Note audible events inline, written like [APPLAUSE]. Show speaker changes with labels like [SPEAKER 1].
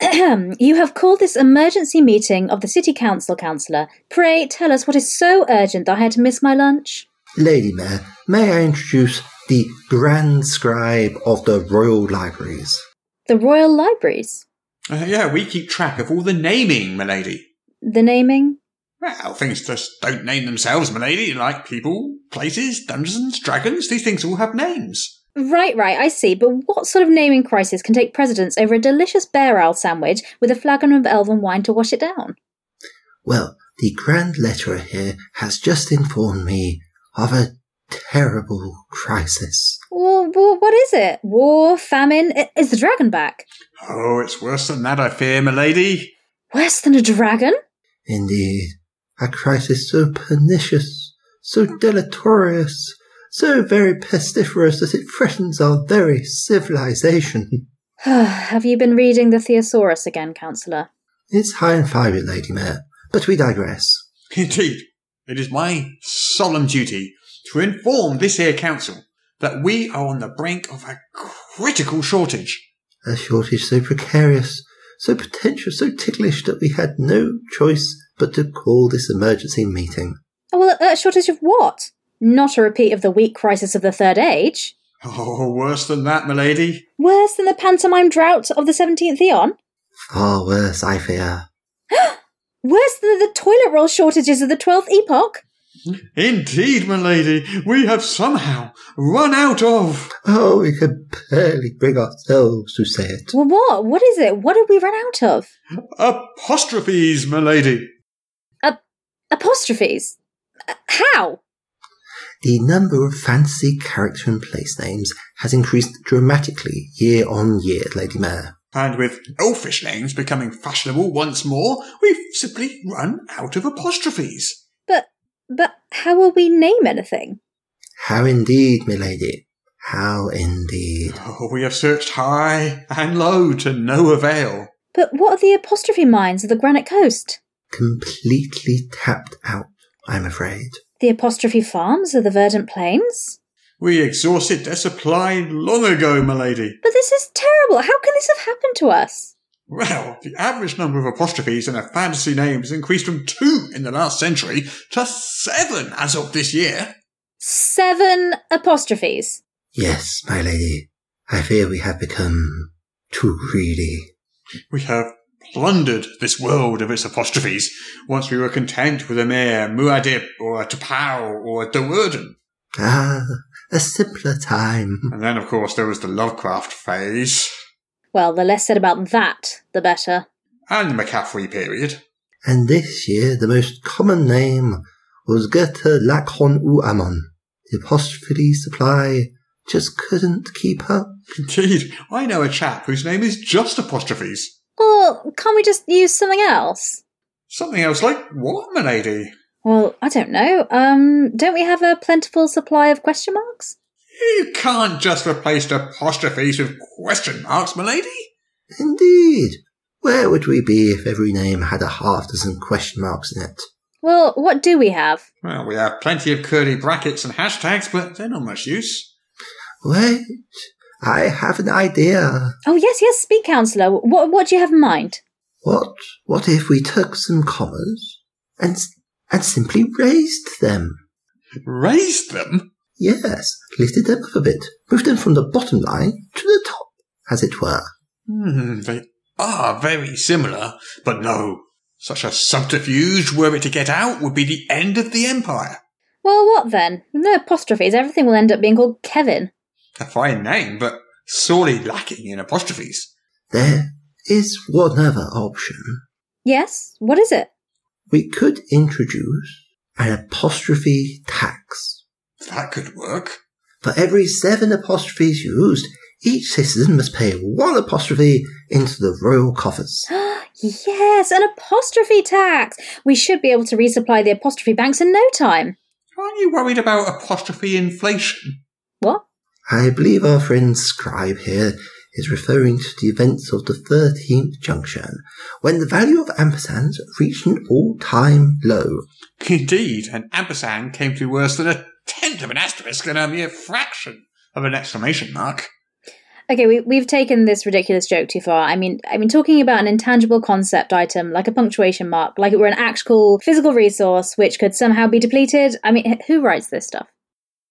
[SPEAKER 1] [CLEARS THROAT] you have called this emergency meeting of the City Council, Councillor. Pray tell us what is so urgent that I had to miss my lunch.
[SPEAKER 2] Lady Mayor, may I introduce the Grand Scribe of the Royal Libraries?
[SPEAKER 1] The Royal Libraries?
[SPEAKER 3] Uh, yeah, we keep track of all the naming, milady.
[SPEAKER 1] The naming?
[SPEAKER 3] Well, things just don't name themselves, milady. Like people, places, dungeons, dragons, these things all have names.
[SPEAKER 1] Right, right, I see. But what sort of naming crisis can take precedence over a delicious bear owl sandwich with a flagon of elven wine to wash it down?
[SPEAKER 2] Well, the Grand Letterer here has just informed me of a terrible crisis.
[SPEAKER 1] Well, well, what is it? War, famine? I- Is the dragon back?
[SPEAKER 3] Oh, it's worse than that, I fear, milady.
[SPEAKER 1] Worse than a dragon? [SIGHS]
[SPEAKER 2] Indeed, a crisis so pernicious, so deleterious, so very pestiferous that it threatens our very civilization.
[SPEAKER 1] have you been reading the Thesaurus again, Councillor?
[SPEAKER 2] It's high and fiery, Lady Mayor, but we digress.
[SPEAKER 3] [LAUGHS] Indeed, it is my solemn duty to inform this here council that we are on the brink of a critical shortage.
[SPEAKER 2] A shortage so precarious, so potential, so ticklish that we had no choice but to call this emergency meeting.
[SPEAKER 1] Oh, well, a a shortage of what? Not a repeat of the weak crisis of the Third Age.
[SPEAKER 3] Oh, worse than that, milady.
[SPEAKER 1] Worse than the pantomime drought of the 17th Eon?
[SPEAKER 2] Far worse, I fear.
[SPEAKER 1] Worse than the toilet roll shortages of the 12th Epoch?
[SPEAKER 3] Indeed, milady, we have somehow run out of.
[SPEAKER 2] Oh, we could barely bring ourselves to say it.
[SPEAKER 1] Well, what? What is it? What did we run out of?
[SPEAKER 3] Apostrophes, milady.
[SPEAKER 1] Apostrophes. Uh, How?
[SPEAKER 2] The number of fancy character and place names has increased dramatically year on year, Lady Mayor.
[SPEAKER 3] And with elfish names becoming fashionable once more, we've simply run out of apostrophes.
[SPEAKER 1] But, but how will we name anything?
[SPEAKER 2] How indeed, milady. How indeed.
[SPEAKER 3] Oh, we have searched high and low to no avail.
[SPEAKER 1] But what are the apostrophe mines of the Granite Coast?
[SPEAKER 2] Completely tapped out, I'm afraid.
[SPEAKER 1] The apostrophe farms of the Verdant Plains?
[SPEAKER 3] We exhausted their supply long ago, milady.
[SPEAKER 1] But this is terrible. How can this have happened to us?
[SPEAKER 3] Well, the average number of apostrophes in a fantasy name has increased from two in the last century to seven as of this year.
[SPEAKER 1] Seven apostrophes.
[SPEAKER 2] Yes, my lady. I fear we have become too greedy.
[SPEAKER 3] We have plundered this world of its apostrophes. Once we were content with a mere Muad'Dib or a Tapau or a Dewurden.
[SPEAKER 2] Ah, a simpler time.
[SPEAKER 3] And then, of course, there was the Lovecraft phase
[SPEAKER 1] Well, the less said about that, the better.
[SPEAKER 3] and the McCaffrey period. [LAUGHS]
[SPEAKER 2] And this year the most common name was Goethe Lacon ou Amon. The apostrophe supply just couldn't keep up.
[SPEAKER 3] Indeed, I know a chap whose name is just apostrophes.
[SPEAKER 1] Well, can't we just use something else?
[SPEAKER 3] Something else like what, milady?
[SPEAKER 1] Well, I don't know. Um, don't we have a plentiful supply of question marks?
[SPEAKER 3] You can't just replace apostrophes with question marks, milady.
[SPEAKER 2] Indeed. Where would we be if every name had a half dozen question marks in it?
[SPEAKER 1] Well, what do we have?
[SPEAKER 3] Well, we have plenty of curly brackets and hashtags, but they're not much use.
[SPEAKER 2] Wait, I have an idea.
[SPEAKER 1] Oh yes, yes. Speak, counsellor. What what do you have in mind?
[SPEAKER 2] What, what if we took some commas and, s- and simply raised them?
[SPEAKER 3] Raise them?
[SPEAKER 2] Yes, lifted them up a bit, moved them from the bottom line to the top, as it were.
[SPEAKER 3] Hmm, they are very similar, but no. Such a subterfuge, were it to get out, would be the end of the empire.
[SPEAKER 1] Well, what then? No apostrophes. Everything will end up being called Kevin.
[SPEAKER 3] A fine name, but sorely lacking in apostrophes.
[SPEAKER 2] There is one other option.
[SPEAKER 1] Yes. What is it? [GASPS]
[SPEAKER 2] We could introduce an apostrophe tax.
[SPEAKER 3] That could work.
[SPEAKER 2] For every seven apostrophes used, each citizen must pay one apostrophe into the royal coffers.
[SPEAKER 1] yes, an apostrophe tax. We should be able to resupply the apostrophe banks in no time.
[SPEAKER 3] Aren't you worried about apostrophe inflation? [LAUGHS]
[SPEAKER 1] What?
[SPEAKER 2] I believe our friend Scribe here is referring to the events of the 13th junction, when the value of ampersands reached an all-time low.
[SPEAKER 3] Indeed, an ampersand came to worse than a tenth of an asterisk and a mere fraction of an exclamation mark.
[SPEAKER 1] Okay, we, we've taken this ridiculous joke too far. I mean, I mean, talking about an intangible concept item like a punctuation mark, like it were an actual physical resource which could somehow be depleted. I mean, who writes this stuff?